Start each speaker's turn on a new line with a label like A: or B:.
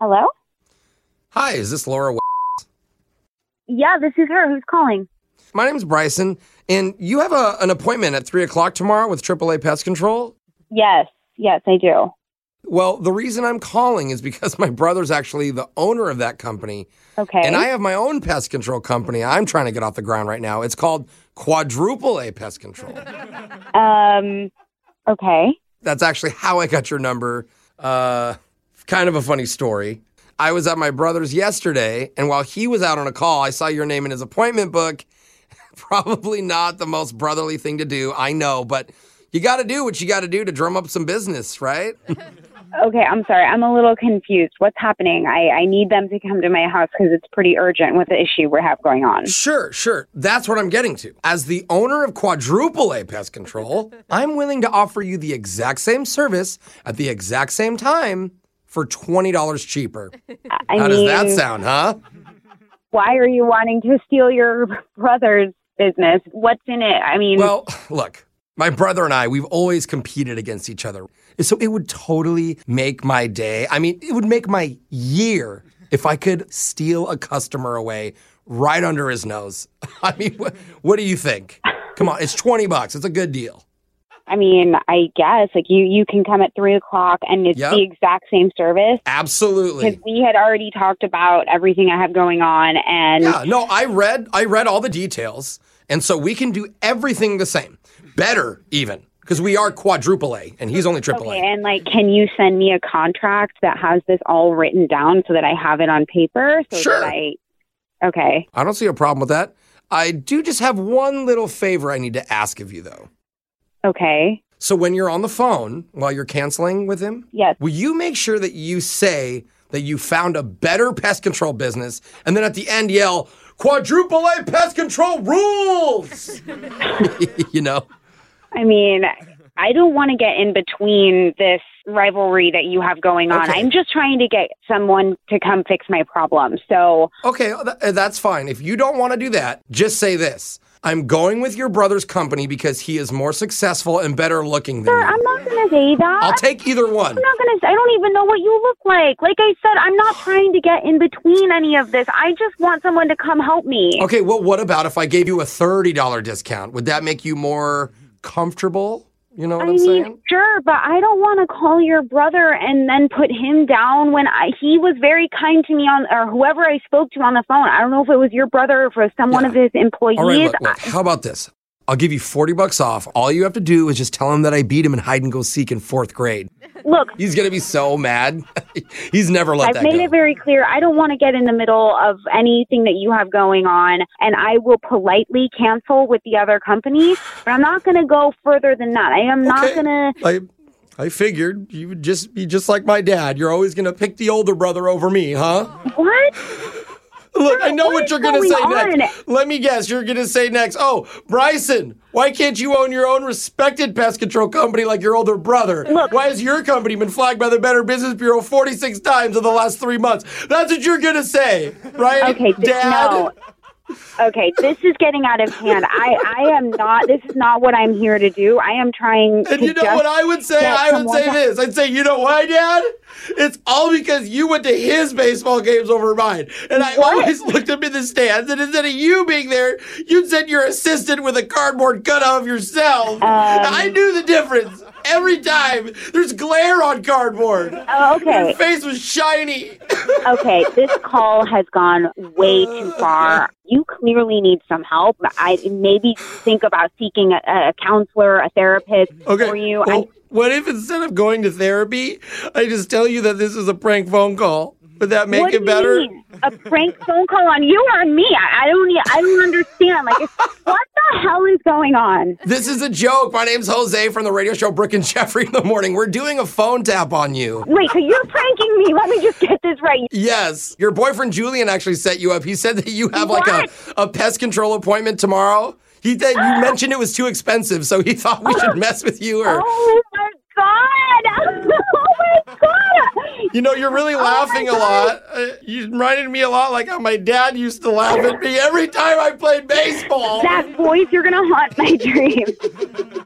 A: Hello?
B: Hi, is this Laura? W-?
A: Yeah, this is her. Who's calling?
B: My name's Bryson, and you have a, an appointment at 3 o'clock tomorrow with AAA Pest Control.
A: Yes, yes, I do.
B: Well, the reason I'm calling is because my brother's actually the owner of that company,
A: Okay.
B: and I have my own pest control company I'm trying to get off the ground right now. It's called Quadruple A Pest Control.
A: um, okay.
B: That's actually how I got your number. Uh, kind of a funny story. I was at my brother's yesterday, and while he was out on a call, I saw your name in his appointment book. Probably not the most brotherly thing to do, I know, but you got to do what you got to do to drum up some business, right?
A: Okay, I'm sorry. I'm a little confused. What's happening? I, I need them to come to my house because it's pretty urgent with the issue we have going on.
B: Sure, sure. That's what I'm getting to. As the owner of Quadruple A Pest Control, I'm willing to offer you the exact same service at the exact same time for $20 cheaper.
A: I I
B: How does
A: mean,
B: that sound, huh?
A: why are you wanting to steal your brother's business? What's in it? I mean,
B: Well, look, my brother and I, we've always competed against each other. So it would totally make my day. I mean, it would make my year if I could steal a customer away right under his nose. I mean, what, what do you think? Come on, it's 20 bucks. It's a good deal.
A: I mean, I guess like you you can come at three o'clock and it's
B: Yep.
A: the exact same service because
B: Absolutely.
A: we had already talked about everything I have going on and
B: Yeah, no, I read I read all the details. And so we can do everything the same. Better even because we are quadruple A and he's only triple A.
A: And like, can you send me a contract that has this all written down so that I have it on paper? So
B: Sure.
A: That I, okay.
B: I don't see a problem with that. I do just have one little favor I need to ask of you, though.
A: Okay.
B: So when you're on the phone while you're canceling with him,
A: Yes.
B: will you make sure that you say that you found a better pest control business and then at the end yell, quadruple A pest control rules? you know?
A: I mean, I don't want to get in between this rivalry that you have going on.
B: Okay.
A: I'm just trying to get someone to come fix my problem. So,
B: Okay, uh, th- that's fine. If you don't want to do that, just say this. I'm going with your brother's company because he is more successful and better looking than
A: I'm
B: you.
A: not going to say that.
B: I'll take either one.
A: I'm not gonna. I don't even know what you look like. Like I said, I'm not trying to get in between any of this. I just want someone to come help me.
B: Okay, well, what about if I gave you a $30 discount? Would that make you more comfortable? You know what
A: I
B: am
A: mean,
B: saying?
A: sure, but I don't want to call your brother and then put him down when I, he was very kind to me on, or whoever I spoke to on the phone. I don't know if it was your brother or for some one of his employees.
B: All right, look, look, how about this? I'll give you 40 bucks off. All you have to do is just tell him that I beat him in hide and go seek in fourth grade.
A: Look,
B: He's going to be so mad. He's never let
A: I've
B: that
A: made
B: go.
A: it very clear. I don't want to get in the middle of anything that you have going on, and I will politely cancel with the other company, but I'm not going to go further than that. I am not
B: Okay.
A: going to.
B: I, I figured you would just be just like my dad. You're always going to pick the older brother over me, huh?
A: What?
B: Look, I know
A: what
B: what
A: is
B: you're going to
A: going
B: say
A: on?
B: next. Let me guess, you're going to say next, oh, Bryson, why can't you own your own respected pest control company like your older brother? Why has your company been flagged by the Better Business Bureau 46 times in the last three months? That's what you're going to say, right?
A: Okay, th-
B: Dad?
A: no. Okay, this is getting out of hand. I, I am not. This is not what I'm here to do. I am trying
B: And
A: to
B: you know
A: just
B: what I would say?
A: get
B: I would
A: someone
B: say
A: to-
B: this. I'd say, you know why, Dad? It's all because you went to his baseball games over mine. And I always looked up in the stands, and instead of you being there, you'd send your assistant with a cardboard cutout of
A: Um.
B: yourself. I knew the difference. Every time there's glare on cardboard.
A: Oh, okay.
B: Your face was shiny.
A: Okay, this call has gone
B: Uh,
A: way too far. You clearly need some help. I maybe think about seeking a, a counselor, a therapist
B: Okay.
A: for you.
B: Well, what if instead of going to therapy, I just tell you that this is a prank phone call? Would that
A: I,
B: make
A: what do
B: it better?
A: you mean? A prank phone call on you or on me? I, I don't. e- I don't understand. Like, it's, what the hell is going on?
B: This is a joke. My name's Jose from the radio show Brooke and Jeffrey in the morning. We're doing a phone tap on you.
A: Wait, so you're pranking me? Let me just get this right.
B: Yes. Your boyfriend Julian actually set you up. He said that you have like a,
A: What?
B: a pest control appointment tomorrow. He said you mentioned it was too expensive, so he thought we should mess with you or
A: Oh my god! Oh my god!
B: you know, you're really laughing a
A: Oh God.
B: lot. Uh, you reminded me a lot like how my dad used to laugh at me every time I played baseball.
A: That voice, you're gonna haunt my dreams.